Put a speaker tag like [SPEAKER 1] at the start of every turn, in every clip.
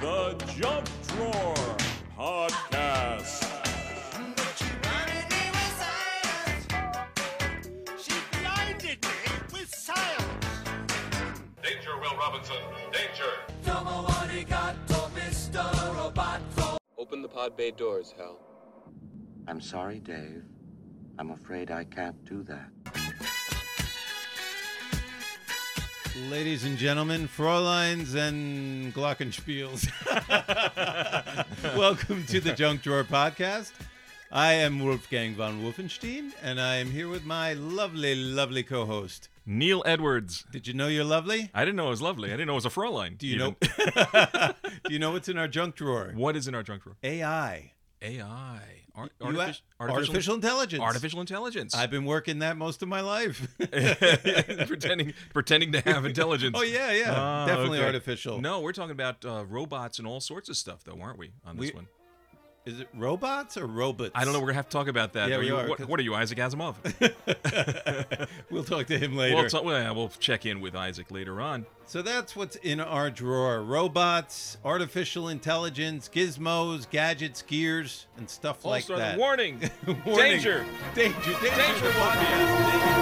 [SPEAKER 1] The Jump Drawer Podcast.
[SPEAKER 2] Danger, Will Robinson. Danger.
[SPEAKER 3] Open the pod bay doors, Hal.
[SPEAKER 4] I'm sorry, Dave. I'm afraid I can't do that.
[SPEAKER 5] Ladies and gentlemen, Fräuleins and Glockenspiels, welcome to the Junk Drawer Podcast. I am Wolfgang von Wolfenstein, and I am here with my lovely, lovely co host.
[SPEAKER 6] Neil Edwards.
[SPEAKER 5] Did you know you're lovely?
[SPEAKER 6] I didn't know it was lovely. I didn't know it was a Fraulein.
[SPEAKER 5] Do you
[SPEAKER 6] even.
[SPEAKER 5] know? Do you know what's in our junk drawer?
[SPEAKER 6] what is in our junk drawer?
[SPEAKER 5] AI.
[SPEAKER 6] AI. Ar-
[SPEAKER 5] You
[SPEAKER 6] artific-
[SPEAKER 5] a- artificial intelligence.
[SPEAKER 6] Artificial intelligence.
[SPEAKER 5] I've been working that most of my life.
[SPEAKER 6] pretending, pretending to have intelligence.
[SPEAKER 5] oh, yeah, yeah.
[SPEAKER 6] Ah,
[SPEAKER 5] Definitely
[SPEAKER 6] okay.
[SPEAKER 5] artificial.
[SPEAKER 6] No, we're talking about uh, robots and all sorts of stuff, though, aren't we? On this
[SPEAKER 5] We-
[SPEAKER 6] one,
[SPEAKER 5] Is it robots or robots?
[SPEAKER 6] I don't know. We're gonna have to talk about that.
[SPEAKER 5] Yeah, we
[SPEAKER 6] you,
[SPEAKER 5] are,
[SPEAKER 6] What,
[SPEAKER 5] 'cause-
[SPEAKER 6] what are you, Isaac Asimov?
[SPEAKER 5] We'll talk to him later.
[SPEAKER 6] we'll, talk, well, yeah, we'll check in with Isaac later on.
[SPEAKER 5] So that's what's in our drawer robots, artificial intelligence, gizmos, gadgets, gears, and stuff like
[SPEAKER 6] All-star
[SPEAKER 5] that.
[SPEAKER 6] warning.
[SPEAKER 5] Warning.
[SPEAKER 6] Danger.
[SPEAKER 5] Danger! Danger!
[SPEAKER 6] Danger,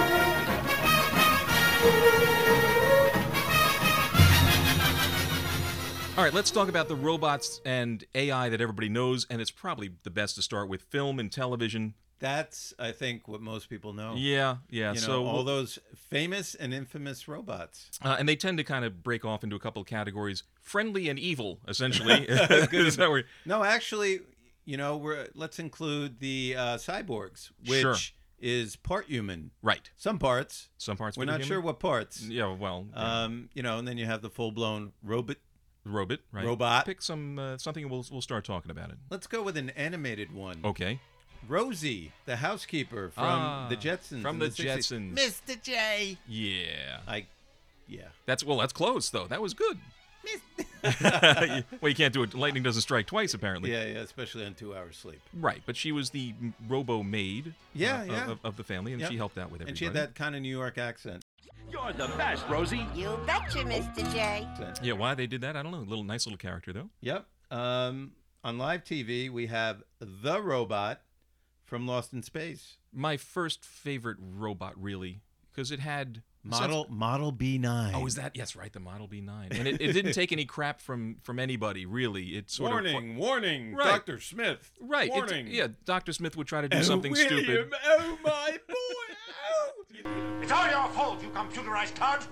[SPEAKER 6] All right, let's talk about the robots and AI that everybody knows, and it's probably the best to start with film and television.
[SPEAKER 5] That's, I think, what most people know.
[SPEAKER 6] Yeah, yeah.
[SPEAKER 5] You know,
[SPEAKER 6] so,
[SPEAKER 5] all those famous and infamous robots.
[SPEAKER 6] uh, and they tend to kind of break off into a couple of categories: friendly and evil, essentially. Is that where-
[SPEAKER 5] No, actually, you know, we're let's include the uh, cyborgs, which
[SPEAKER 6] Sure.
[SPEAKER 5] is part human,
[SPEAKER 6] right.
[SPEAKER 5] some parts.
[SPEAKER 6] Some parts.
[SPEAKER 5] we're not sure what parts.
[SPEAKER 6] Yeah. Well, yeah.
[SPEAKER 5] Um, you know, and then you have the full-blown robot.
[SPEAKER 6] robot. Right.
[SPEAKER 5] robot.
[SPEAKER 6] Pick some uh, something. and We'll we'll start talking about it.
[SPEAKER 5] Let's go with an animated one.
[SPEAKER 6] Okay.
[SPEAKER 5] Rosie, the housekeeper from
[SPEAKER 6] Ah,
[SPEAKER 5] the Jetsons.
[SPEAKER 6] From
[SPEAKER 5] in
[SPEAKER 6] the,
[SPEAKER 5] 60s.
[SPEAKER 6] Jetsons.
[SPEAKER 5] Mr. J.
[SPEAKER 6] Yeah.
[SPEAKER 5] I, yeah.
[SPEAKER 6] That's well. That's close though. That was good. well, you can't do it. Lightning doesn't strike twice, apparently.
[SPEAKER 5] Yeah, yeah, especially on two hours sleep.
[SPEAKER 6] Right, but she was the m- robo maid.
[SPEAKER 5] Yeah,
[SPEAKER 6] of-
[SPEAKER 5] yeah.
[SPEAKER 6] Of, of the family, and
[SPEAKER 5] Yeah.
[SPEAKER 6] she helped out with everybody.
[SPEAKER 5] And she had that kind of New York accent.
[SPEAKER 7] You betcha, Mr. J.
[SPEAKER 6] Yeah, why they did that, I don't know. Little nice little character though.
[SPEAKER 5] Yep. Um, on live TV, we have The Robot from Lost in Space.
[SPEAKER 6] My first favorite robot, really, because it had
[SPEAKER 5] Model Model B9.
[SPEAKER 6] Oh, is that yes? Right, the Model B nine, and it, it didn't take any crap from from anybody really. It sort
[SPEAKER 5] warning, warning,
[SPEAKER 6] Right.
[SPEAKER 5] Dr. Smith.
[SPEAKER 6] of right. it-
[SPEAKER 5] Warning.
[SPEAKER 6] yeah, Doctor Smith would try to do something
[SPEAKER 5] William,
[SPEAKER 6] stupid.
[SPEAKER 5] Oh, my boy. Oh.
[SPEAKER 8] It's all your fault, you computerized cunt!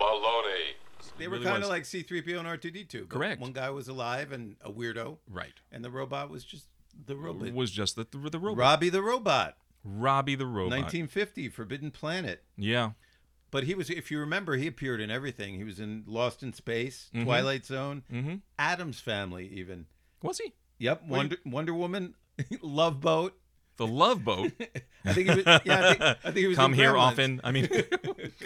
[SPEAKER 2] Baloney.
[SPEAKER 5] They were
[SPEAKER 6] really
[SPEAKER 5] kind
[SPEAKER 6] was.
[SPEAKER 5] of like C3PO and R2D2. but
[SPEAKER 6] Correct.
[SPEAKER 5] One guy was alive and a weirdo.
[SPEAKER 6] Right,
[SPEAKER 5] and the robot was just the robot.
[SPEAKER 6] was just the the, the robot
[SPEAKER 5] Robbie the robot,
[SPEAKER 6] Robbie the robot.
[SPEAKER 5] 1950, Forbidden Planet.
[SPEAKER 6] Yeah,
[SPEAKER 5] But he was, if you remember, he appeared in everything. He was in Lost in Space,
[SPEAKER 6] Mm-hmm.
[SPEAKER 5] Twilight Zone,
[SPEAKER 6] Mhm.
[SPEAKER 5] Adam's Family, even.
[SPEAKER 6] was he
[SPEAKER 5] Yep, Wonder Wonder Woman, Love Boat.
[SPEAKER 6] the Love Boat?
[SPEAKER 5] I think he was. Yeah, I think, I think he was.
[SPEAKER 6] Come
[SPEAKER 5] in
[SPEAKER 6] here
[SPEAKER 5] Gremlins.
[SPEAKER 6] often. I mean,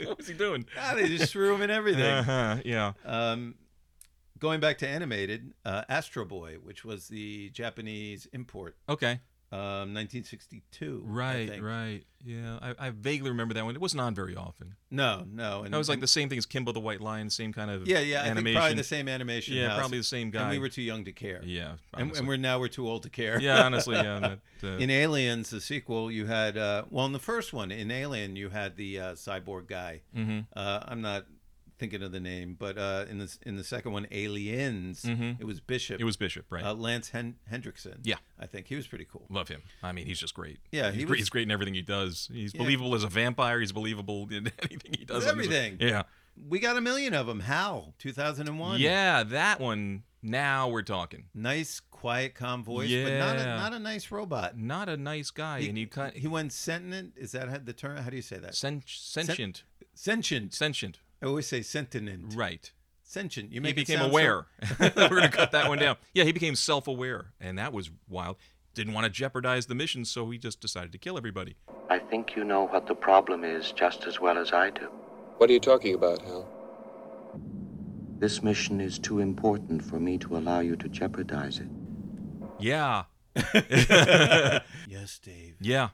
[SPEAKER 6] what was he doing?
[SPEAKER 5] Ah, they just threw him in everything.
[SPEAKER 6] Uh-huh, yeah.
[SPEAKER 5] Um, going back to animated, uh, Astro Boy, which was the Japanese import,
[SPEAKER 6] Okay.
[SPEAKER 5] um, 1962. I
[SPEAKER 6] Right,
[SPEAKER 5] think.
[SPEAKER 6] right. Yeah, I, I vaguely remember that one. It wasn't on very often.
[SPEAKER 5] No, no. And
[SPEAKER 6] That was like
[SPEAKER 5] and-
[SPEAKER 6] the same thing as Kimbo the White Lion, same kind of
[SPEAKER 5] Yeah, yeah. I think
[SPEAKER 6] animation.
[SPEAKER 5] probably the same animation.
[SPEAKER 6] Yeah,
[SPEAKER 5] house.
[SPEAKER 6] probably the same
[SPEAKER 5] And we
[SPEAKER 6] guy.
[SPEAKER 5] were too young to care.
[SPEAKER 6] Yeah,
[SPEAKER 5] And,
[SPEAKER 6] honestly.
[SPEAKER 5] and we're now we're too old to care.
[SPEAKER 6] yeah, honestly, yeah. That, uh,
[SPEAKER 5] In Aliens, the sequel, you had uh, well in the first one in Alien you had the uh, cyborg guy.
[SPEAKER 6] mhm.
[SPEAKER 5] Uh, I'm not thinking of the name, but uh, in this in the second one, Aliens,
[SPEAKER 6] Mhm.
[SPEAKER 5] it was Bishop.
[SPEAKER 6] It was Bishop, right?
[SPEAKER 5] uh, Lance Hen- Hendrickson.
[SPEAKER 6] Yeah.
[SPEAKER 5] I think he was pretty cool.
[SPEAKER 6] Love him. I mean, he's just great.
[SPEAKER 5] Yeah,
[SPEAKER 6] he's,
[SPEAKER 5] he
[SPEAKER 6] great,
[SPEAKER 5] was-
[SPEAKER 6] he's great in everything he does. He's
[SPEAKER 5] Yeah.
[SPEAKER 6] believable as a vampire. He's believable in anything he does. on this-
[SPEAKER 5] Everything.
[SPEAKER 6] Yeah,
[SPEAKER 5] We got a million of them. How? 2001.
[SPEAKER 6] yeah. That one. Now we're talking.
[SPEAKER 5] Nice, quiet, calm voice, but not a,
[SPEAKER 6] Yeah.
[SPEAKER 5] not a nice robot.
[SPEAKER 6] Not a nice guy, and he kind
[SPEAKER 5] he went sentient. Is that how the term? How do you say that?
[SPEAKER 6] sen- sentient,
[SPEAKER 5] Sentient.
[SPEAKER 6] sentient.
[SPEAKER 5] I always say sentient.
[SPEAKER 6] Right.
[SPEAKER 5] Sentient.
[SPEAKER 6] he
[SPEAKER 5] You make it
[SPEAKER 6] became
[SPEAKER 5] sound so-
[SPEAKER 6] aware. We're gonna cut that one down. Yeah, he became self-aware, and that was wild. Didn't want to jeopardize the mission, so he just decided to kill everybody.
[SPEAKER 4] I think you know what the problem is just as well as I do.
[SPEAKER 3] What are you talking about, Hal?
[SPEAKER 4] This mission is too important for me to allow you to jeopardize it.
[SPEAKER 6] Yeah,
[SPEAKER 5] yes, Dave.
[SPEAKER 6] yeah,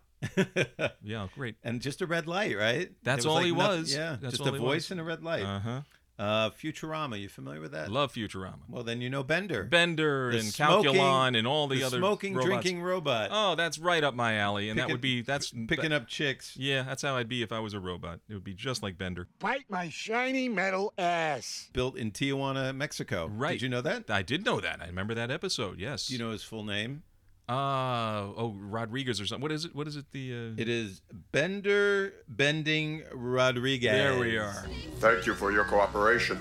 [SPEAKER 6] yeah. Great.
[SPEAKER 5] and just a red light, right?
[SPEAKER 6] That's
[SPEAKER 5] There
[SPEAKER 6] all he
[SPEAKER 5] noth-
[SPEAKER 6] was.
[SPEAKER 5] yeah,
[SPEAKER 6] That's
[SPEAKER 5] just
[SPEAKER 6] all he
[SPEAKER 5] a voice
[SPEAKER 6] was.
[SPEAKER 5] and a red light.
[SPEAKER 6] Uh huh.
[SPEAKER 5] Uh, Futurama, you familiar with that?
[SPEAKER 6] Love Futurama.
[SPEAKER 5] Well, then you know Bender.
[SPEAKER 6] Bender
[SPEAKER 5] Uh, The
[SPEAKER 6] and
[SPEAKER 5] smoking-
[SPEAKER 6] Calculon and all the,
[SPEAKER 5] the
[SPEAKER 6] other
[SPEAKER 5] smoking,
[SPEAKER 6] robots.
[SPEAKER 5] drinking robot.
[SPEAKER 6] Oh, that's right up my alley, and that
[SPEAKER 5] Picking-
[SPEAKER 6] would be that's
[SPEAKER 5] picking
[SPEAKER 6] that-
[SPEAKER 5] up chicks.
[SPEAKER 6] Yeah, that's how I'd be if I was a robot. It would be just like Bender.
[SPEAKER 9] Bite my shiny metal ass.
[SPEAKER 5] Built in Tijuana, Mexico.
[SPEAKER 6] Right.
[SPEAKER 5] Did you know that?
[SPEAKER 6] I did know that. I remember that episode. Yes.
[SPEAKER 5] Do you know his full name?
[SPEAKER 6] Uh oh, Rodriguez or something. What is it? What is it? The uh...
[SPEAKER 5] It is Bender Bending Rodriguez.
[SPEAKER 6] there we are.
[SPEAKER 2] Thank you for your cooperation.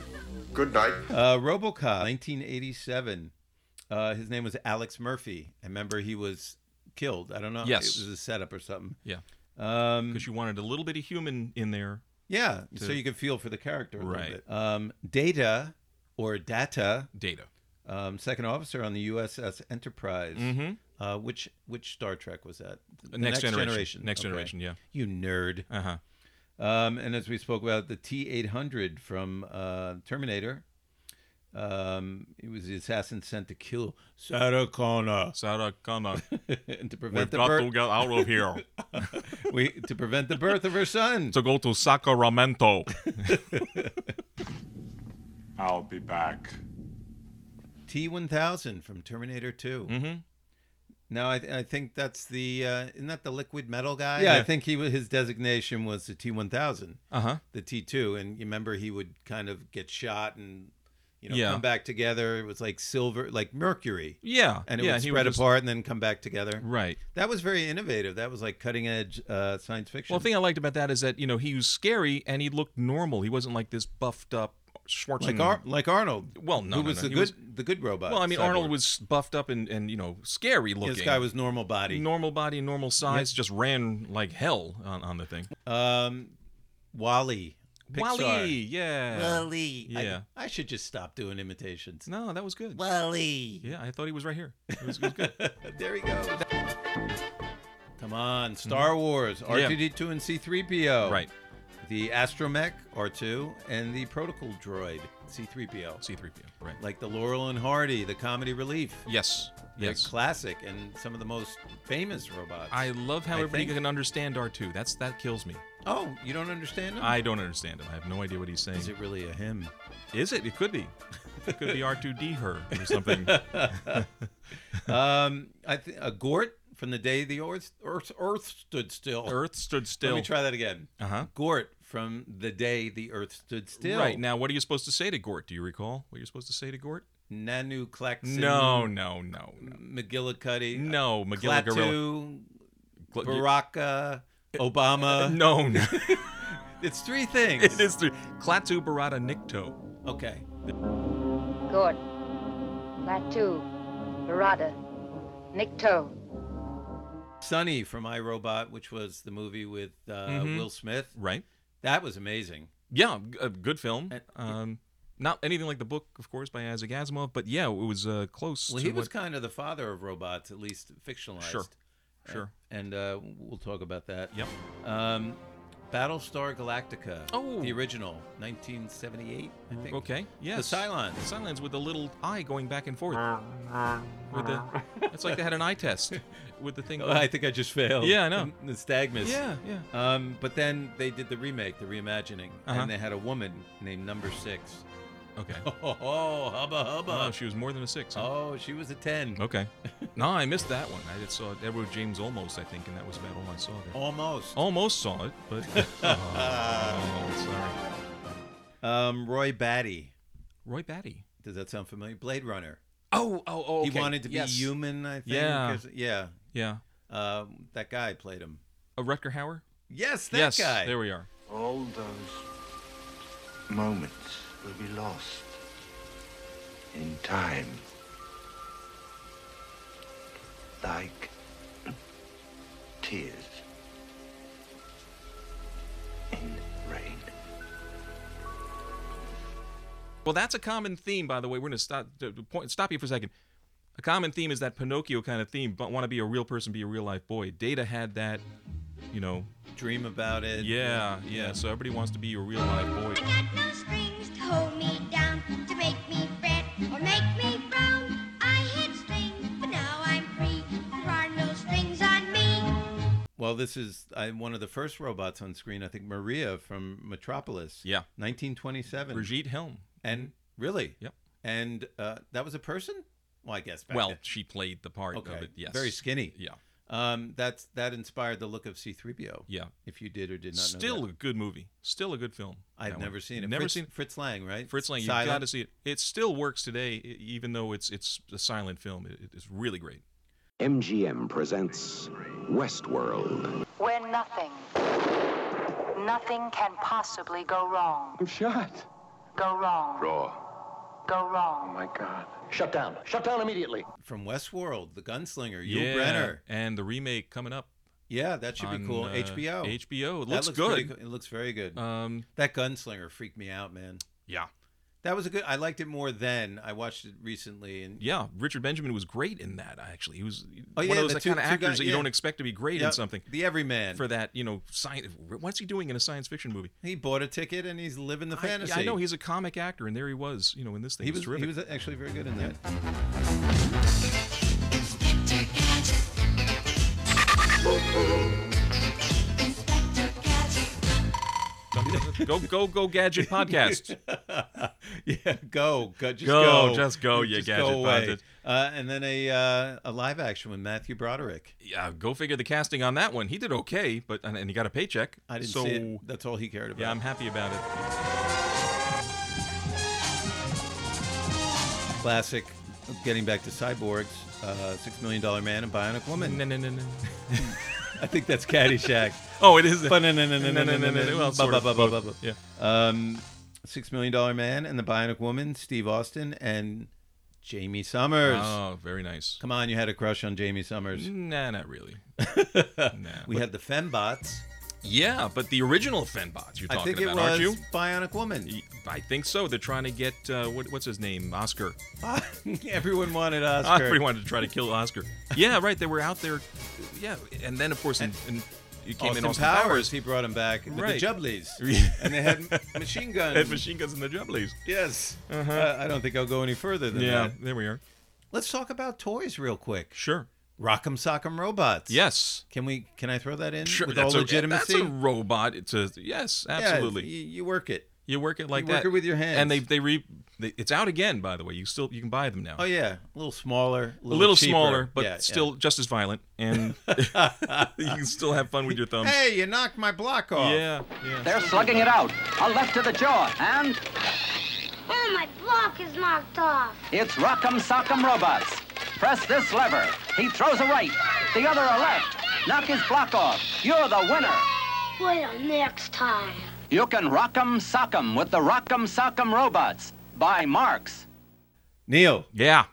[SPEAKER 2] Good night.
[SPEAKER 5] Uh, Robocop, 1987. Uh, his name was Alex Murphy. I remember he was killed. I don't know.
[SPEAKER 6] Yes.
[SPEAKER 5] It was a setup or something.
[SPEAKER 6] Yeah,
[SPEAKER 5] Um,
[SPEAKER 6] because you wanted a little bit of human in there.
[SPEAKER 5] yeah. So you could feel for the character a
[SPEAKER 6] Right.
[SPEAKER 5] little bit. Um, Data or Data,
[SPEAKER 6] Data.
[SPEAKER 5] um, second officer on the USS Enterprise. Uh, which which Star Trek was that? The
[SPEAKER 6] Mm-hmm. Next Generation. Next
[SPEAKER 5] Okay.
[SPEAKER 6] Generation, yeah.
[SPEAKER 5] You nerd.
[SPEAKER 6] Uh huh.
[SPEAKER 5] Um, and as we spoke about the T eight hundred from uh, Terminator, um, it was the assassin sent to kill Sarah Connor
[SPEAKER 6] Sarah Connor,
[SPEAKER 5] and to
[SPEAKER 6] we've
[SPEAKER 5] prevent the
[SPEAKER 6] got to
[SPEAKER 5] birth
[SPEAKER 6] get out of here
[SPEAKER 5] we, to prevent the birth of her son.
[SPEAKER 6] to go to Sacramento.
[SPEAKER 9] I'll be back.
[SPEAKER 5] T one thousand from Terminator 2 Mm-hmm. Now I, I think that's the uh, isn't that the liquid metal guy? Yeah, I think he wa- his designation was the T one thousand.
[SPEAKER 6] Uh huh.
[SPEAKER 5] the T two, and you remember he would kind of get shot and you know
[SPEAKER 6] Yeah.
[SPEAKER 5] come back together. It was like silver, like mercury,
[SPEAKER 6] Yeah.
[SPEAKER 5] and it
[SPEAKER 6] yeah,
[SPEAKER 5] would
[SPEAKER 6] he
[SPEAKER 5] spread
[SPEAKER 6] just-
[SPEAKER 5] apart and then come back together.
[SPEAKER 6] Right.
[SPEAKER 5] That was very innovative. That was like cutting edge uh, science fiction.
[SPEAKER 6] Well, the thing I liked about that is that you know he was scary and he looked normal. He wasn't like this buffed up Schwarzenegger.
[SPEAKER 5] like Ar- like Arnold.
[SPEAKER 6] Hmm. Well, no,
[SPEAKER 5] who
[SPEAKER 6] no,
[SPEAKER 5] was
[SPEAKER 6] no.
[SPEAKER 5] the
[SPEAKER 6] He
[SPEAKER 5] good
[SPEAKER 6] was-
[SPEAKER 5] the good robot.
[SPEAKER 6] well, I mean
[SPEAKER 5] cyborg.
[SPEAKER 6] Arnold was buffed up and and you know scary looking.
[SPEAKER 5] This guy was normal body.
[SPEAKER 6] normal body, normal size, just ran like hell on, on the thing.
[SPEAKER 5] um, Wally. Pixar.
[SPEAKER 6] Wally, yeah.
[SPEAKER 5] Wally. I-
[SPEAKER 6] Yeah.
[SPEAKER 5] I, should just stop doing imitations.
[SPEAKER 6] No, that was good.
[SPEAKER 5] Wally.
[SPEAKER 6] Yeah, I thought he was right here. It was, it was good.
[SPEAKER 5] There Mm-hmm. he goes. Come on, Star Wars,
[SPEAKER 6] Yeah.
[SPEAKER 5] R2D2 and C3PO.
[SPEAKER 6] Right.
[SPEAKER 5] The Astromech R2 and the Protocol Droid C3PO.
[SPEAKER 6] C3PO. Right.
[SPEAKER 5] Like the Laurel and Hardy, the comedy relief.
[SPEAKER 6] Yes.
[SPEAKER 5] They're
[SPEAKER 6] Yes.
[SPEAKER 5] classic and some of the most famous robots.
[SPEAKER 6] I love how
[SPEAKER 5] I
[SPEAKER 6] everybody
[SPEAKER 5] think-
[SPEAKER 6] can understand R2. That's that kills me.
[SPEAKER 5] Oh, you don't understand them?
[SPEAKER 6] I don't understand him. I have no idea what he's saying.
[SPEAKER 5] Is it really a hymn?
[SPEAKER 6] Is it? It could be. It could be R2D her or something.
[SPEAKER 5] um, I think a Gort from the day the Earth Earth, Earth stood still.
[SPEAKER 6] Earth stood still.
[SPEAKER 5] Let me try that again.
[SPEAKER 6] Uh-huh.
[SPEAKER 5] Gort from the day the Earth stood still.
[SPEAKER 6] Right now, what are you supposed to say to Gort? Do you recall what you're supposed to say to Gort?
[SPEAKER 5] Nanu Claxon.
[SPEAKER 6] No, no, no, no.
[SPEAKER 5] McGillicuddy. uh,
[SPEAKER 6] No,
[SPEAKER 5] Clatu,
[SPEAKER 6] McGilligorilla. Gl- you-
[SPEAKER 5] Baraka, Obama.
[SPEAKER 6] No, no.
[SPEAKER 5] It's three things.
[SPEAKER 6] it is the Klaatu Barata Nikto.
[SPEAKER 5] Okay.
[SPEAKER 10] Gord, Latu, Barada, Nikto.
[SPEAKER 5] Sunny from iRobot, which was the movie with uh,
[SPEAKER 6] Mm-hmm.
[SPEAKER 5] Will Smith.
[SPEAKER 6] Right.
[SPEAKER 5] That was amazing.
[SPEAKER 6] Yeah, g- a good film.
[SPEAKER 5] And-
[SPEAKER 6] Um, not anything like the book, of course, by Isaac Asimov, but yeah, it was uh, close.
[SPEAKER 5] Well,
[SPEAKER 6] to
[SPEAKER 5] he was
[SPEAKER 6] what-
[SPEAKER 5] kind of the father of robots, at least fictionalized.
[SPEAKER 6] Sure. Sure.
[SPEAKER 5] And uh, we'll talk about that.
[SPEAKER 6] Yep.
[SPEAKER 5] Um, Battlestar Galactica.
[SPEAKER 6] Oh.
[SPEAKER 5] The original, 1978, I think.
[SPEAKER 6] Okay. Yes.
[SPEAKER 5] Cylons.
[SPEAKER 6] The Cylons with the little eye going back and forth. with the, it's like they had an eye test with the thing.
[SPEAKER 5] Oh, I think I just failed.
[SPEAKER 6] Yeah, I know.
[SPEAKER 5] The, the Stagmus.
[SPEAKER 6] yeah, yeah.
[SPEAKER 5] Um, but then they did the remake, the reimagining,
[SPEAKER 6] Uh-huh.
[SPEAKER 5] and they had a woman named Number Six.
[SPEAKER 6] Okay.
[SPEAKER 5] Oh, ho, ho, hubba hubba.
[SPEAKER 6] Oh, she was more than a six. huh?
[SPEAKER 5] Oh, she was a ten.
[SPEAKER 6] Okay. No, I missed that one. I just saw Edward James almost, I think, and that was about all I saw there.
[SPEAKER 5] Almost.
[SPEAKER 6] Almost saw it, but. Oh, sorry.
[SPEAKER 5] Um, Roy Batty.
[SPEAKER 6] Roy Batty.
[SPEAKER 5] Does that sound familiar? Blade Runner.
[SPEAKER 6] Oh, oh, oh.
[SPEAKER 5] He wanted to be
[SPEAKER 6] yes.
[SPEAKER 5] human, I think.
[SPEAKER 6] Yeah.
[SPEAKER 5] 'cause- Yeah.
[SPEAKER 6] Yeah.
[SPEAKER 5] Um, that guy played him.
[SPEAKER 6] A Rutger Hauer?
[SPEAKER 5] Yes, that
[SPEAKER 6] yes.
[SPEAKER 5] guy.
[SPEAKER 6] There we are.
[SPEAKER 9] All those moments will be lost in time. Like tears in rain.
[SPEAKER 6] Well, that's a common theme, by the way. We're going to stop to- to point, stop you for a second. A common theme is that Pinocchio kind of theme, but want to be a real person, be a real life boy. Data had that, you know.
[SPEAKER 5] Dream about it.
[SPEAKER 6] Yeah, yeah. So everybody wants to be a real life boy.
[SPEAKER 10] got no strings to hold me down, to make me fret or make me frown. I had strings, but now I'm free. There are no strings on me.
[SPEAKER 5] Well, Well, this is I, one of the first robots on screen. I think Maria from Metropolis.
[SPEAKER 6] Yeah.
[SPEAKER 5] 1927.
[SPEAKER 6] Brigitte Helm.
[SPEAKER 5] And really?
[SPEAKER 6] Yep.
[SPEAKER 5] And uh, that was a person? Well, I guess. Back
[SPEAKER 6] Well,
[SPEAKER 5] then.
[SPEAKER 6] she played the part of it. Yes.
[SPEAKER 5] Very skinny.
[SPEAKER 6] Yeah.
[SPEAKER 5] Um, that's that inspired the look of C3PO.
[SPEAKER 6] Yeah.
[SPEAKER 5] If you did or did not know.
[SPEAKER 6] Still
[SPEAKER 5] that.
[SPEAKER 6] a good movie. Still a good film.
[SPEAKER 5] I've
[SPEAKER 6] That
[SPEAKER 5] never
[SPEAKER 6] one.
[SPEAKER 5] seen it.
[SPEAKER 6] Never
[SPEAKER 5] Fritz,
[SPEAKER 6] seen
[SPEAKER 5] Fritz Lang, right?
[SPEAKER 6] Fritz Lang. You've
[SPEAKER 5] Silent.
[SPEAKER 6] got to see it. It still works today, e- even though it's it's a silent film. It, it's really great.
[SPEAKER 11] MGM presents Westworld.
[SPEAKER 12] Where nothing, nothing can possibly go wrong.
[SPEAKER 9] I'm shot.
[SPEAKER 12] Go wrong.
[SPEAKER 9] Raw.
[SPEAKER 12] Go wrong.
[SPEAKER 9] Oh my God.
[SPEAKER 11] Shut down. Shut down immediately.
[SPEAKER 5] From Westworld, The Gunslinger, Yul
[SPEAKER 6] yeah.
[SPEAKER 5] Brenner.
[SPEAKER 6] And the remake coming up.
[SPEAKER 5] Yeah, that should
[SPEAKER 6] on,
[SPEAKER 5] be cool.
[SPEAKER 6] uh,
[SPEAKER 5] HBO.
[SPEAKER 6] HBO. It
[SPEAKER 5] That
[SPEAKER 6] looks,
[SPEAKER 5] pretty
[SPEAKER 6] good.
[SPEAKER 5] co- It looks very good.
[SPEAKER 6] Um,
[SPEAKER 5] that Gunslinger freaked me out, man.
[SPEAKER 6] Yeah.
[SPEAKER 5] That was a good. I liked it more then. I watched it recently, and
[SPEAKER 6] Yeah, Richard Benjamin was great in that. Actually, he was
[SPEAKER 5] Oh,
[SPEAKER 6] one
[SPEAKER 5] yeah,
[SPEAKER 6] of those
[SPEAKER 5] the
[SPEAKER 6] like,
[SPEAKER 5] two-
[SPEAKER 6] kind of
[SPEAKER 5] two
[SPEAKER 6] actors
[SPEAKER 5] guy-
[SPEAKER 6] that you
[SPEAKER 5] yeah.
[SPEAKER 6] don't expect to be great
[SPEAKER 5] Yeah,
[SPEAKER 6] in something.
[SPEAKER 5] The Everyman.
[SPEAKER 6] for that, you know, science. What's he doing in a science fiction movie?
[SPEAKER 5] he bought a ticket and he's living the
[SPEAKER 6] I- yeah,
[SPEAKER 5] fantasy.
[SPEAKER 6] I, know he's a comic actor, and there he was, you know, in this thing.
[SPEAKER 5] He
[SPEAKER 6] It
[SPEAKER 5] was. He
[SPEAKER 6] terrific.
[SPEAKER 5] was actually very good in that.
[SPEAKER 6] go, go, go, gadget podcast.
[SPEAKER 5] yeah, go, go, just go,
[SPEAKER 6] Go, just go, you gadget bastard.
[SPEAKER 5] Uh, and then a uh, a live action with Matthew Broderick.
[SPEAKER 6] yeah, go figure the casting on that one. He did okay, but and, and he got a paycheck.
[SPEAKER 5] I didn't
[SPEAKER 6] so,
[SPEAKER 5] see it. That's all he cared about.
[SPEAKER 6] Yeah, I'm happy about it.
[SPEAKER 5] Classic. Getting back to cyborgs, uh, Six Million Dollar Man and Bionic Woman.
[SPEAKER 6] No, no, no, no.
[SPEAKER 5] I think that's Caddyshack.
[SPEAKER 6] Oh, it is. Well, sort of, but-
[SPEAKER 5] Yeah.
[SPEAKER 6] yeah.
[SPEAKER 5] Um, Six Million Dollar Man and the Bionic Woman, Steve Austin and Jamie Summers.
[SPEAKER 6] Oh, very nice.
[SPEAKER 5] Come on, you had a crush on Jamie Summers.
[SPEAKER 6] Nah, not really. nah.
[SPEAKER 5] We had the Fembots.
[SPEAKER 6] Yeah, but the original Fenbots you're
[SPEAKER 5] I
[SPEAKER 6] talking
[SPEAKER 5] think it
[SPEAKER 6] about, aren't
[SPEAKER 5] was
[SPEAKER 6] you?
[SPEAKER 5] Bionic Woman.
[SPEAKER 6] I think so. They're trying to get uh, what, what's his name, Oscar.
[SPEAKER 5] Everyone wanted Oscar.
[SPEAKER 6] Oscar wanted to try to kill Oscar. Yeah, right. They were out there. Yeah, and then of course, and, and you came in Austin
[SPEAKER 5] Powers,
[SPEAKER 6] Powers.
[SPEAKER 5] He brought him back with
[SPEAKER 6] Right.
[SPEAKER 5] the Jubblies, and they had machine guns.
[SPEAKER 6] They had machine guns and the Jubblies.
[SPEAKER 5] yes. Uh, I don't think I'll go any further than
[SPEAKER 6] Yeah,
[SPEAKER 5] that.
[SPEAKER 6] there we are.
[SPEAKER 5] Let's talk about toys real quick.
[SPEAKER 6] Sure.
[SPEAKER 5] Rock'em Sock'em Robots.
[SPEAKER 6] Yes.
[SPEAKER 5] Can we? Can I throw that in
[SPEAKER 6] Sure.
[SPEAKER 5] with all
[SPEAKER 6] that's, a,
[SPEAKER 5] legitimacy?
[SPEAKER 6] that's a robot. It's a yes,
[SPEAKER 5] Yeah,
[SPEAKER 6] absolutely.
[SPEAKER 5] you, you work it.
[SPEAKER 6] you work it like
[SPEAKER 5] you
[SPEAKER 6] that.
[SPEAKER 5] work it with your hands.
[SPEAKER 6] And they they re they, it's out again. By the way, you still you can buy them now.
[SPEAKER 5] Oh yeah, a little smaller, a
[SPEAKER 6] A
[SPEAKER 5] little,
[SPEAKER 6] little,
[SPEAKER 5] cheaper.
[SPEAKER 6] smaller, but
[SPEAKER 5] Yeah, yeah.
[SPEAKER 6] still just as violent, and you can still have fun with your thumbs.
[SPEAKER 5] Hey, you knocked my block off.
[SPEAKER 6] Yeah, yeah.
[SPEAKER 11] They're slugging it out. A left to the jaw, and
[SPEAKER 10] Oh, my block is knocked off.
[SPEAKER 11] it's Rock'em Sock'em Robots. Press this lever. He throws a right, the other a left. Knock his block off. You're the winner.
[SPEAKER 10] Well, next time.
[SPEAKER 11] You can Rock'em Sock'em with the Rock'em Sock'em Robots by Marks.
[SPEAKER 5] Neil,
[SPEAKER 6] Yeah.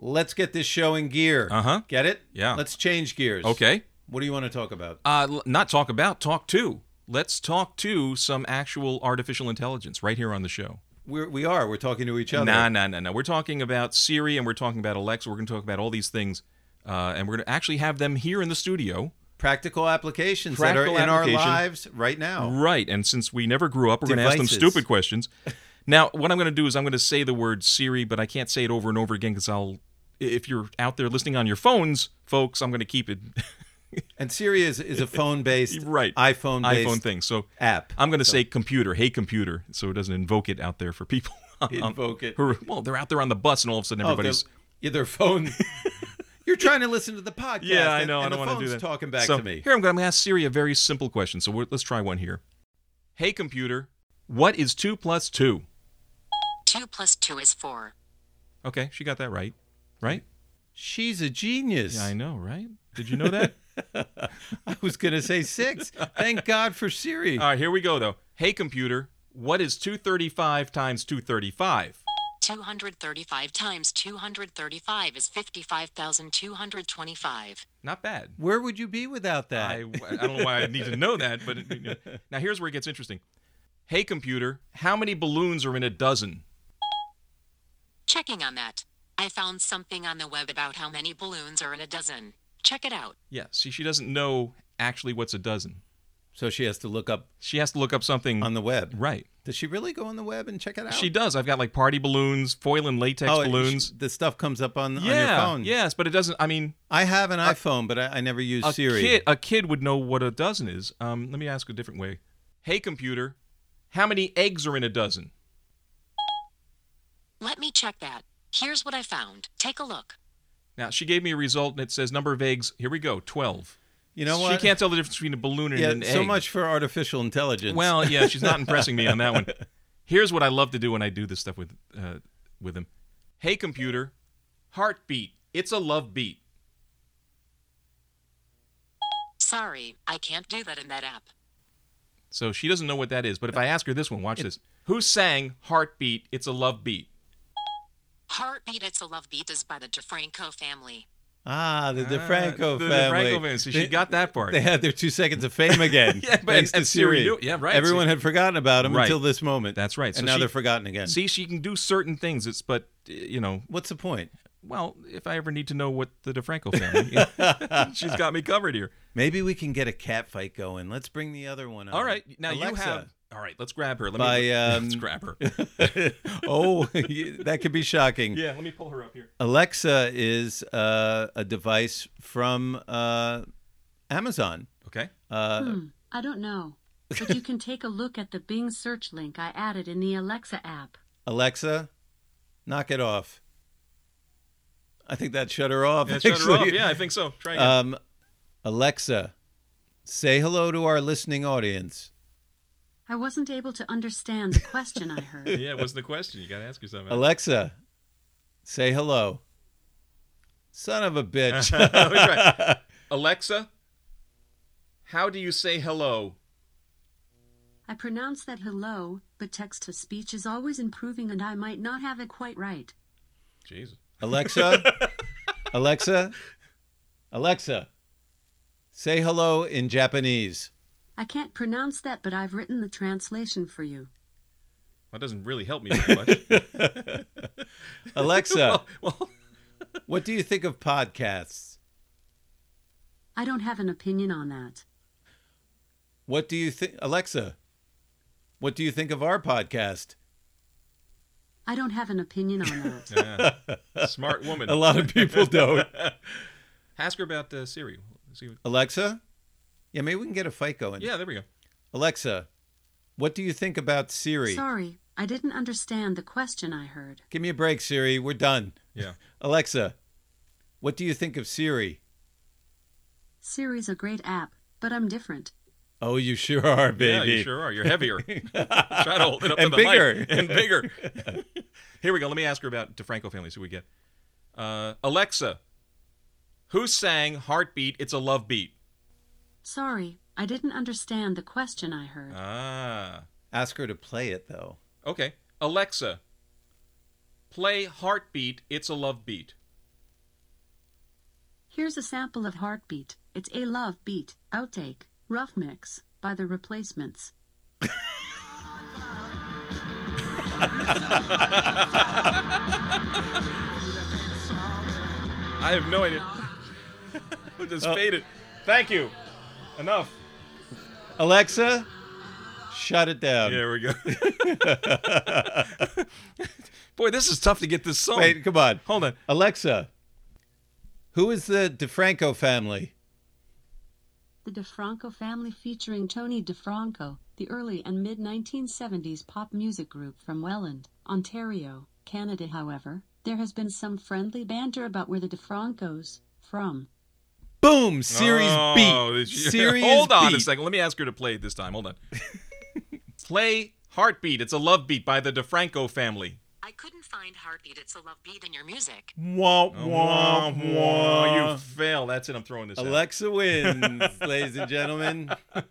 [SPEAKER 5] let's get this show in gear.
[SPEAKER 6] Uh-huh.
[SPEAKER 5] Get it?
[SPEAKER 6] Yeah.
[SPEAKER 5] Let's change gears.
[SPEAKER 6] Okay.
[SPEAKER 5] What do you want to talk about?
[SPEAKER 6] Uh, l- not talk about, talk to. Let's talk to some actual artificial intelligence right here on the show.
[SPEAKER 5] We're, we are. We're talking to each other.
[SPEAKER 6] Nah, nah, nah, nah. We're talking about Siri and we're talking about Alexa. We're going to talk about all these things. Uh, and we're going to actually have them here in the studio.
[SPEAKER 5] Practical applications
[SPEAKER 6] Practical
[SPEAKER 5] that are in
[SPEAKER 6] application.
[SPEAKER 5] our lives right now.
[SPEAKER 6] Right. And since we never grew up, we're going to ask them
[SPEAKER 5] Devices.
[SPEAKER 6] stupid questions. now, what I'm going to do is I'm going to say the word Siri, but I can't say it over and over again because I'll. If you're out there listening on your phones, folks, I'm going to keep it
[SPEAKER 5] And Siri is, is a phone based,
[SPEAKER 6] right
[SPEAKER 5] iPhone based
[SPEAKER 6] iPhone thing. So
[SPEAKER 5] app.
[SPEAKER 6] I'm going to say computer. Hey, computer. So it doesn't invoke it out there for people. Um,
[SPEAKER 5] Invoke it.
[SPEAKER 6] who are- well, they're out there on the bus, and all of a sudden
[SPEAKER 5] Oh,
[SPEAKER 6] everybody's.
[SPEAKER 5] the- yeah, their phone. You're trying to listen to the podcast.
[SPEAKER 6] yeah, I
[SPEAKER 5] and-
[SPEAKER 6] know.
[SPEAKER 5] And
[SPEAKER 6] I don't
[SPEAKER 5] the
[SPEAKER 6] want to do
[SPEAKER 5] phone's
[SPEAKER 6] that.
[SPEAKER 5] talking back
[SPEAKER 6] So,
[SPEAKER 5] to me.
[SPEAKER 6] Here, I'm going to ask Siri a very simple question. So we're, let's try one here. Hey, computer. What is two plus two?
[SPEAKER 13] 2 plus 2 is 4.
[SPEAKER 6] Okay, she got that right. Right?
[SPEAKER 5] She's a genius.
[SPEAKER 6] Yeah, I know, right? Did you know that?
[SPEAKER 5] I was going to say six. Thank God for Siri.
[SPEAKER 6] all right, here we go though. Hey, computer. What is 235 times 235?
[SPEAKER 13] 235 times 235 is 55,225.
[SPEAKER 6] Not bad.
[SPEAKER 5] Where would you be without that?
[SPEAKER 6] I, I don't know why I need to know that, but you know. now here's where it gets interesting. Hey, computer, how many balloons are in a dozen?
[SPEAKER 13] Checking on that. I found something on the web about how many balloons are in a dozen. Check it out.
[SPEAKER 6] Yeah, see, she doesn't know actually what's a dozen.
[SPEAKER 5] So she has to look up.
[SPEAKER 6] She has to look up something
[SPEAKER 5] on the web.
[SPEAKER 6] Right.
[SPEAKER 5] Does she really go on the web and check it out?
[SPEAKER 6] She does. I've got like party balloons, foil and latex
[SPEAKER 5] Oh, it-
[SPEAKER 6] balloons.
[SPEAKER 5] The stuff comes up on, on your
[SPEAKER 6] yeah.
[SPEAKER 5] phone.
[SPEAKER 6] Yes, but it doesn't. I mean,
[SPEAKER 5] I have an iPhone, but I, I never use
[SPEAKER 6] a
[SPEAKER 5] Siri.
[SPEAKER 6] kid, a kid would know what a dozen is. Um, let me ask a different way. Hey, computer, how many eggs are in a dozen?
[SPEAKER 13] Let me check that. Here's what I found. Take a look.
[SPEAKER 6] Now she gave me a result, and it says number of eggs. Here we go, twelve.
[SPEAKER 5] You know
[SPEAKER 6] She
[SPEAKER 5] what?
[SPEAKER 6] can't tell the difference between a balloon and
[SPEAKER 5] Yeah,
[SPEAKER 6] an egg.
[SPEAKER 5] so much for artificial intelligence.
[SPEAKER 6] Well, yeah, she's not impressing me on that one. Here's what I love to do when I do this stuff with uh, with him. Hey, computer, heartbeat. It's a love beat.
[SPEAKER 13] Sorry, I can't do that in that app.
[SPEAKER 6] So she doesn't know what that is. But if
[SPEAKER 5] Uh,
[SPEAKER 6] I ask her this one, watch this. Who sang "Heartbeat"? It's a love beat.
[SPEAKER 13] Heartbeat It's a Love Beat is by the DeFranco family.
[SPEAKER 5] Ah, the DeFranco
[SPEAKER 6] the
[SPEAKER 5] family.
[SPEAKER 6] DeFranco family. So she got that part.
[SPEAKER 5] They had their two seconds of fame again.
[SPEAKER 6] Yeah, but-
[SPEAKER 5] thanks
[SPEAKER 6] and
[SPEAKER 5] to
[SPEAKER 6] Siri
[SPEAKER 5] Siri.
[SPEAKER 6] knew- yeah, right.
[SPEAKER 5] Everyone
[SPEAKER 6] So-
[SPEAKER 5] had forgotten about them
[SPEAKER 6] Right.
[SPEAKER 5] until this moment.
[SPEAKER 6] That's right.
[SPEAKER 5] and
[SPEAKER 6] So
[SPEAKER 5] now
[SPEAKER 6] she-
[SPEAKER 5] they're forgotten again.
[SPEAKER 6] See, she can do certain things. It's but uh, you know.
[SPEAKER 5] What's the point?
[SPEAKER 6] Well, if I ever need to know what the DeFranco family, she's got me covered here.
[SPEAKER 5] Maybe we can get a cat fight going. Let's bring the other one. Up.
[SPEAKER 6] All right, now
[SPEAKER 5] Uh, Alexa.
[SPEAKER 6] you have. All right, let's grab her. Let
[SPEAKER 5] By,
[SPEAKER 6] me
[SPEAKER 5] um,
[SPEAKER 6] let's grab her.
[SPEAKER 5] oh, that could be shocking.
[SPEAKER 6] Yeah, let me pull her up here.
[SPEAKER 5] Alexa is uh, a device from uh, Amazon.
[SPEAKER 6] Okay.
[SPEAKER 5] Uh,
[SPEAKER 14] Hmm, I don't know. But you can take a look at the Bing search link I added in the Alexa app.
[SPEAKER 5] Alexa, knock it off. I think that shut her off.
[SPEAKER 6] Yeah, shut her off.
[SPEAKER 5] actually.
[SPEAKER 6] Yeah, I think so. Try again.
[SPEAKER 5] Um, Alexa, say hello to our listening audience.
[SPEAKER 14] I wasn't able to understand the question I heard.
[SPEAKER 6] yeah, what's the question? You got to ask yourself. man.
[SPEAKER 5] Alexa, say hello. Son of a bitch.
[SPEAKER 6] That's right. Alexa, how do you say hello?
[SPEAKER 14] I pronounce that hello, but text to speech is always improving and I might not have it quite right.
[SPEAKER 6] Jesus.
[SPEAKER 5] Alexa, Alexa, Alexa, say hello in Japanese.
[SPEAKER 14] I can't pronounce that, but I've written the translation for you.
[SPEAKER 6] That doesn't really help me very much.
[SPEAKER 5] Alexa, what do you think of podcasts?
[SPEAKER 14] I don't have an opinion on that.
[SPEAKER 5] What do you think, Alexa? What do you think of our podcast?
[SPEAKER 14] I don't have an opinion on that.
[SPEAKER 6] Yeah. Smart woman.
[SPEAKER 5] A lot of people don't.
[SPEAKER 6] ask her about uh, Siri. See what-
[SPEAKER 5] Alexa? Yeah, maybe we can get a fight going.
[SPEAKER 6] Yeah, there we go.
[SPEAKER 5] Alexa, what do you think about Siri?
[SPEAKER 14] Sorry, I didn't understand the question I heard.
[SPEAKER 5] Give me a break, Siri. We're done.
[SPEAKER 6] Yeah.
[SPEAKER 5] Alexa, what do you think of Siri?
[SPEAKER 14] Siri's a great app, but I'm different.
[SPEAKER 5] Oh, you sure are,
[SPEAKER 6] Yeah,
[SPEAKER 5] baby.
[SPEAKER 6] you sure are. You're heavier. Try to hold it up
[SPEAKER 5] and
[SPEAKER 6] to the
[SPEAKER 5] bigger.
[SPEAKER 6] mic. And bigger. Here we go. Let me ask her about DeFranco family. See what we get. Uh, Alexa, who sang "Heartbeat"? It's a love beat.
[SPEAKER 14] Sorry, I didn't understand the question I heard.
[SPEAKER 6] Ah.
[SPEAKER 5] Ask her to play it though.
[SPEAKER 6] Okay. Alexa, play "Heartbeat"? It's a love beat.
[SPEAKER 14] Here's a sample of Heartbeat. It's a love beat, outtake, rough mix, by the replacements.
[SPEAKER 6] I have no idea. we just faded. Thank you. Enough.
[SPEAKER 5] Alexa, shut it down.
[SPEAKER 6] There we go. Boy, this is tough to get this song.
[SPEAKER 5] Wait, come on.
[SPEAKER 6] Hold on.
[SPEAKER 5] Alexa, who is the DeFranco family?
[SPEAKER 14] The DeFranco family featuring Tony DeFranco, the early and mid 1970s pop music group from Welland, Ontario, Canada. However, there has been some friendly banter about where the DeFrancos from.
[SPEAKER 5] Boom! Siri's
[SPEAKER 6] Oh,
[SPEAKER 5] beat.
[SPEAKER 6] this-
[SPEAKER 5] Siri's
[SPEAKER 6] Hold on a
[SPEAKER 5] beat.
[SPEAKER 6] second. Let me ask her to play it this time. Hold on. play Heartbeat. It's a love beat by the DeFranco family.
[SPEAKER 13] I couldn't find Heartbeat It's a Love Beat in your music.
[SPEAKER 5] Wah, wah,
[SPEAKER 6] Oh,
[SPEAKER 5] wah.
[SPEAKER 6] you fail. That's it. I'm throwing this out.
[SPEAKER 5] Alexa wins, ladies and gentlemen.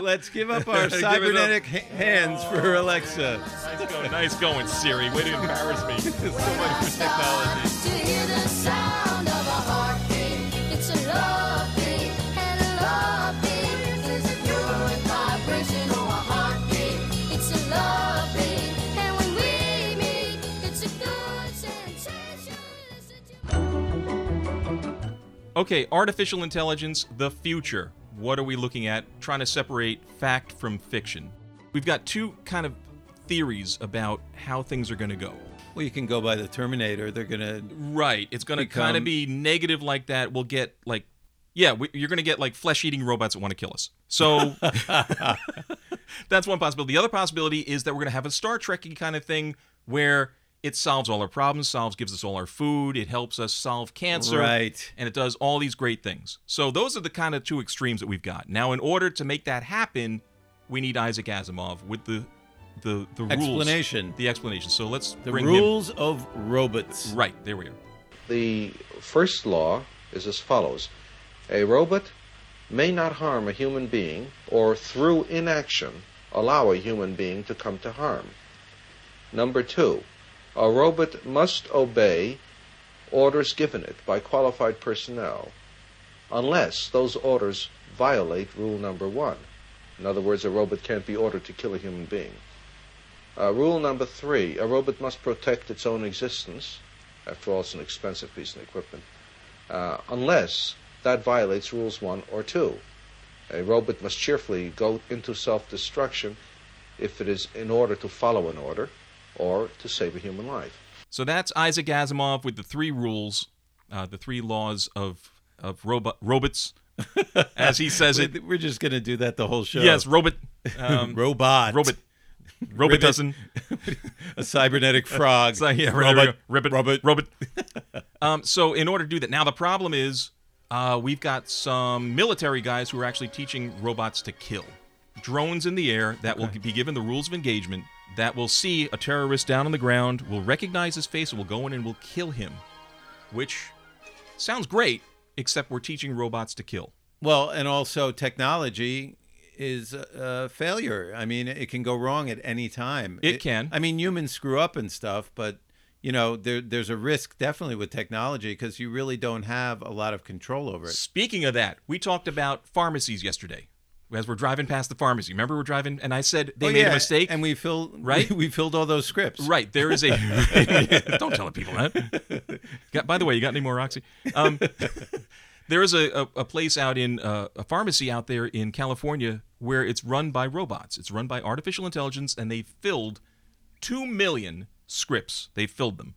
[SPEAKER 5] Let's give up our
[SPEAKER 6] Give it up.
[SPEAKER 5] cybernetic ha- hands for Alexa.
[SPEAKER 6] Nice going, nice going, Siri. Way to embarrass me. so much for technology.
[SPEAKER 15] To hear the sound of a heartbeat, it's a love beat, and a love beat is a good vibration or a heartbeat. It's a love beat, and when we meet, it's a good sensation.
[SPEAKER 6] Okay, artificial intelligence, the future. what are we looking at, trying to separate fact from fiction. We've got two kind of theories about how things are going to go.
[SPEAKER 5] Well, you can go by the Terminator. They're gonna
[SPEAKER 6] right. It's going to kind
[SPEAKER 5] Become-
[SPEAKER 6] of be negative like that. We'll get like, yeah, we, you're going to get like flesh-eating robots that want to kill us. So that's one possibility. The other possibility is that we're going to have a Star Trek kind of thing where it solves all our problems, solves, gives us all our food, it helps us solve cancer,
[SPEAKER 5] Right.
[SPEAKER 6] And it does all these great things. So those are the kind of two extremes that we've got. Now, in order to make that happen, we need Isaac Asimov with the the the rules.
[SPEAKER 5] Explanation.
[SPEAKER 6] the explanation. So let's
[SPEAKER 5] The
[SPEAKER 6] bring
[SPEAKER 5] rules of robots.
[SPEAKER 6] Right there we are.
[SPEAKER 16] The first law is as follows A robot may not harm a human being or, through inaction, allow a human being to come to harm. Number two, a robot must obey orders given it by qualified personnel unless those orders violate rule number one. In other words, a robot can't be ordered to kill a human being. Uh, rule number three, a robot must protect its own existence. After all, it's an expensive piece of equipment. Uh, unless that violates rules one or two. A robot must cheerfully go into self destruction if it is in order to follow an order or to save a human life.
[SPEAKER 6] So that's Isaac Asimov with the three rules, uh, the three laws of of robot robots, as he says
[SPEAKER 5] We're-
[SPEAKER 6] it.
[SPEAKER 5] We're just gonna do that the whole show.
[SPEAKER 6] Yes, robot. Um,
[SPEAKER 5] robot.
[SPEAKER 6] Robot.
[SPEAKER 5] Ribbit.
[SPEAKER 6] Robotism.
[SPEAKER 5] a cybernetic frog.
[SPEAKER 6] So, yeah, right,
[SPEAKER 5] robot.
[SPEAKER 6] there we go. Ribbit. Robot. um, so in order to do that, now the problem is uh, we've got some military guys who are actually teaching robots to kill. Drones in the air that will be given the rules of engagement that will see a terrorist down on the ground, will recognize his face, and will go in and will kill him. Which sounds great, except we're teaching robots to kill.
[SPEAKER 5] Well, and also technology is a a failure. I mean, it can go wrong at any time.
[SPEAKER 6] It can.
[SPEAKER 5] I mean, humans screw up and stuff, but you know, there there's a risk definitely with technology because you really don't have a lot of control over it.
[SPEAKER 6] Speaking of that, we talked about pharmacies yesterday. As we're driving past the pharmacy, remember we're driving, and I said they
[SPEAKER 5] Oh,
[SPEAKER 6] made
[SPEAKER 5] yeah,
[SPEAKER 6] a mistake,
[SPEAKER 5] and we fill
[SPEAKER 6] right?
[SPEAKER 5] We, filled all those scripts.
[SPEAKER 6] Right. There is a. don't tell the people that. Got, by the way, you got any more oxy? Um, there is a, a, a place out in uh, a pharmacy out there in California where it's run by robots. It's run by artificial intelligence, and they filled two million scripts. They filled them.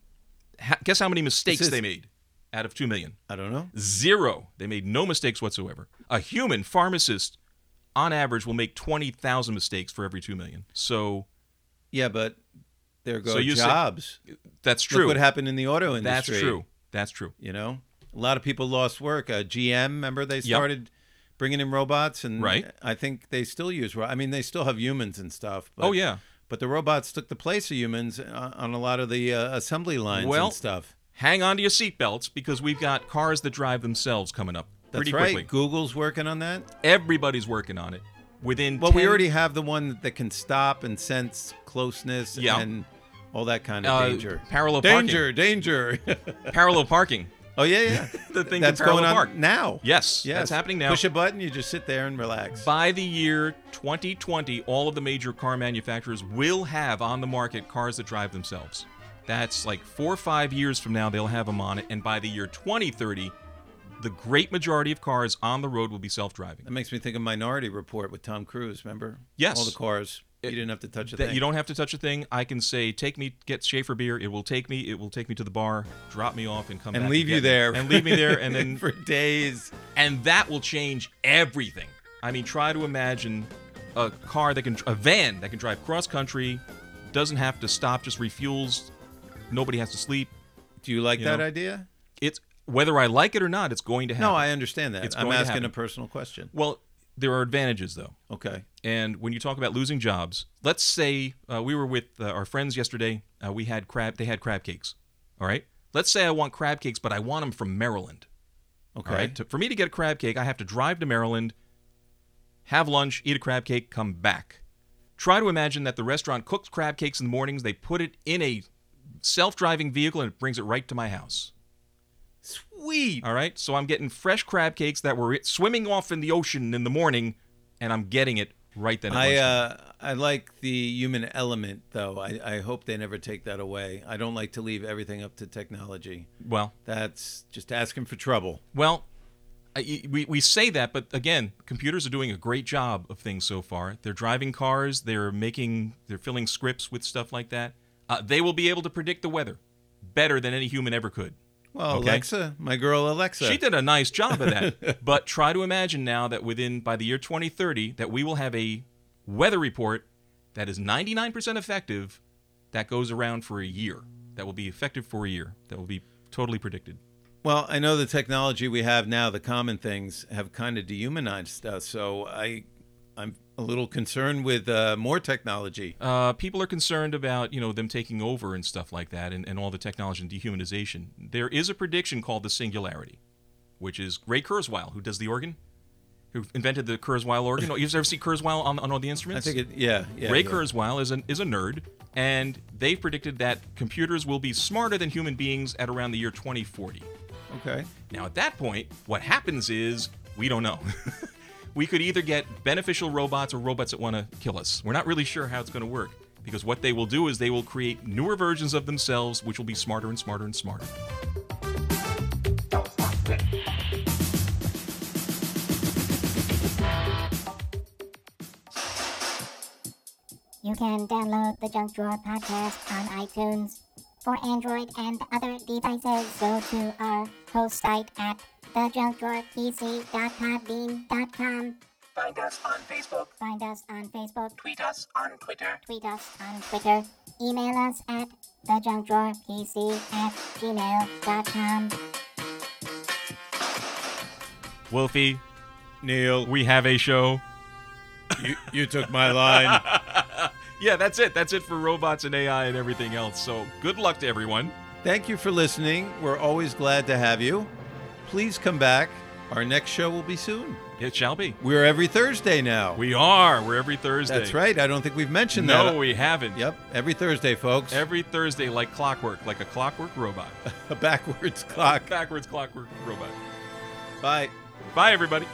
[SPEAKER 6] Ha- guess how many mistakes
[SPEAKER 5] This is-
[SPEAKER 6] they made out of two million?
[SPEAKER 5] I don't know.
[SPEAKER 6] Zero. They made no mistakes whatsoever. A human pharmacist, on average, will make twenty thousand mistakes for every two million. So
[SPEAKER 5] Yeah, but there go
[SPEAKER 6] So you say-
[SPEAKER 5] jobs.
[SPEAKER 6] That's
[SPEAKER 5] Look
[SPEAKER 6] true.
[SPEAKER 5] what happened in the auto
[SPEAKER 6] That's
[SPEAKER 5] industry.
[SPEAKER 6] true. That's true.
[SPEAKER 5] You know, a lot of people lost work. Uh, GM, remember they started bringing in robots, and
[SPEAKER 6] Right.
[SPEAKER 5] I think they still use. ro- I mean, they still have humans and stuff. But,
[SPEAKER 6] Oh, yeah.
[SPEAKER 5] But the robots took the place of humans on on a lot of the uh, assembly lines
[SPEAKER 6] well,
[SPEAKER 5] and stuff.
[SPEAKER 6] Hang on to your seatbelts because we've got cars that drive themselves coming up
[SPEAKER 5] That's
[SPEAKER 6] pretty
[SPEAKER 5] right.
[SPEAKER 6] quickly.
[SPEAKER 5] Google's working on that.
[SPEAKER 6] Everybody's working on it. Within
[SPEAKER 5] Well, we
[SPEAKER 6] 10
[SPEAKER 5] already have the one that can stop and sense closeness
[SPEAKER 6] Yeah.
[SPEAKER 5] and all that kind of
[SPEAKER 6] Uh,
[SPEAKER 5] danger.
[SPEAKER 6] parallel
[SPEAKER 5] danger, danger.
[SPEAKER 6] parallel parking.
[SPEAKER 5] Oh yeah, yeah.
[SPEAKER 6] The thing
[SPEAKER 5] that's
[SPEAKER 6] can parallel
[SPEAKER 5] going on
[SPEAKER 6] park.
[SPEAKER 5] now.
[SPEAKER 6] Yes, that's happening now.
[SPEAKER 5] Push a button, you just sit there and relax.
[SPEAKER 6] By the year 2020, all of the major car manufacturers will have on the market cars that drive themselves. That's like four or five years from now, they'll have them on it. And by the year 2030, the great majority of cars on the road will be self driving.
[SPEAKER 5] That makes me think of Minority Report with Tom Cruise. Remember?
[SPEAKER 6] Yes.
[SPEAKER 5] all the cars. You didn't have to touch a
[SPEAKER 6] that
[SPEAKER 5] thing.
[SPEAKER 6] you don't have to touch a thing. I can say, take me, get Schaefer beer. It will take me. It will take me to the bar, drop me off, and come
[SPEAKER 5] And
[SPEAKER 6] back
[SPEAKER 5] leave
[SPEAKER 6] get
[SPEAKER 5] you
[SPEAKER 6] me.
[SPEAKER 5] there.
[SPEAKER 6] and leave me there, and then
[SPEAKER 5] For days.
[SPEAKER 6] And that will change everything. I mean, try to imagine a car that can, a van that can drive cross country, doesn't have to stop, just refuels. Nobody has to sleep.
[SPEAKER 5] Do you like that
[SPEAKER 6] know?
[SPEAKER 5] idea?
[SPEAKER 6] It's whether I like it or not. It's going to happen.
[SPEAKER 5] No, I understand that.
[SPEAKER 6] It's
[SPEAKER 5] I'm
[SPEAKER 6] going to
[SPEAKER 5] asking a
[SPEAKER 6] happen.
[SPEAKER 5] personal question.
[SPEAKER 6] Well, there are advantages though.
[SPEAKER 5] Okay.
[SPEAKER 6] And when you talk about losing jobs, let's say uh, we were with uh, our friends yesterday. Uh, we had crab. They had crab cakes. All right. Let's say I want crab cakes, but I want them from Maryland.
[SPEAKER 5] Okay.
[SPEAKER 6] All right. To- for me to get a crab cake, I have to drive to Maryland, have lunch, eat a crab cake, come back. Try to imagine that the restaurant cooks crab cakes in the mornings. They put it in a self-driving vehicle and it brings it right to my house.
[SPEAKER 5] Sweet.
[SPEAKER 6] All right. So I'm getting fresh crab cakes that were swimming off in the ocean in the morning, and I'm getting it right then. at
[SPEAKER 5] I
[SPEAKER 6] lunchtime.
[SPEAKER 5] uh, I like the human element though. I, I hope they never take that away. I don't like to leave everything up to technology.
[SPEAKER 6] Well.
[SPEAKER 5] that's just asking for trouble.
[SPEAKER 6] Well, I- we, we say that, but again, computers are doing a great job of things so far. They're driving cars, they're making, they're filling scripts with stuff like that. Uh, they will be able to predict the weather better than any human ever could.
[SPEAKER 5] Well,
[SPEAKER 6] Okay?
[SPEAKER 5] Alexa, my girl Alexa.
[SPEAKER 6] She did a nice job of that. but try to imagine now that within by the year 2030 that we will have a weather report that is 99% effective that goes around for a year. That will be effective for a year. That will be totally predicted.
[SPEAKER 5] Well, I know the technology we have now, the common things, have kind of dehumanized us. So I, I'm a little concerned with uh, more technology.
[SPEAKER 6] Uh, people are concerned about you know them taking over and stuff like that, and, and all the technology and dehumanization. There is a prediction called the singularity, which is Ray Kurzweil, who does the organ, who invented the Kurzweil organ. Oh, You've ever seen Kurzweil on, on all the instruments?
[SPEAKER 5] I think it- yeah, yeah,
[SPEAKER 6] Ray
[SPEAKER 5] yeah.
[SPEAKER 6] Kurzweil is an is a nerd, and they've predicted that computers will be smarter than human beings at around the year 2040.
[SPEAKER 5] Okay.
[SPEAKER 6] Now, at that point, what happens is we don't know. we could either get beneficial robots or robots that want to kill us. We're not really sure how it's going to work because what they will do is they will create newer versions of themselves, which will be smarter and smarter and smarter.
[SPEAKER 17] You can download the Junk Drawer podcast on iTunes. For Android and other devices, go to our host site at thejunkdrawerpc.podbean.com.
[SPEAKER 18] Find us on Facebook.
[SPEAKER 17] Find us on Facebook,
[SPEAKER 18] Tweet us on Twitter.
[SPEAKER 17] tweet us on Twitter, email us at thejunkdrawerpc at gmail.com.
[SPEAKER 6] Wolfie, Neil, we have a show.
[SPEAKER 5] You, you took my line.
[SPEAKER 6] yeah, that's it. That's it for robots and AI and everything else. So good luck to everyone.
[SPEAKER 5] Thank you for listening. We're always glad to have you. Please come back. Our next show will be soon.
[SPEAKER 6] It shall be.
[SPEAKER 5] We're every Thursday now.
[SPEAKER 6] We are. We're every Thursday.
[SPEAKER 5] That's right. I don't think we've mentioned
[SPEAKER 6] no,
[SPEAKER 5] that.
[SPEAKER 6] we haven't.
[SPEAKER 5] Yep. Every Thursday, folks.
[SPEAKER 6] Every Thursday, like clockwork, like a clockwork robot.
[SPEAKER 5] A backwards clock.
[SPEAKER 6] Backwards clockwork robot.
[SPEAKER 5] Bye.
[SPEAKER 6] Bye, everybody.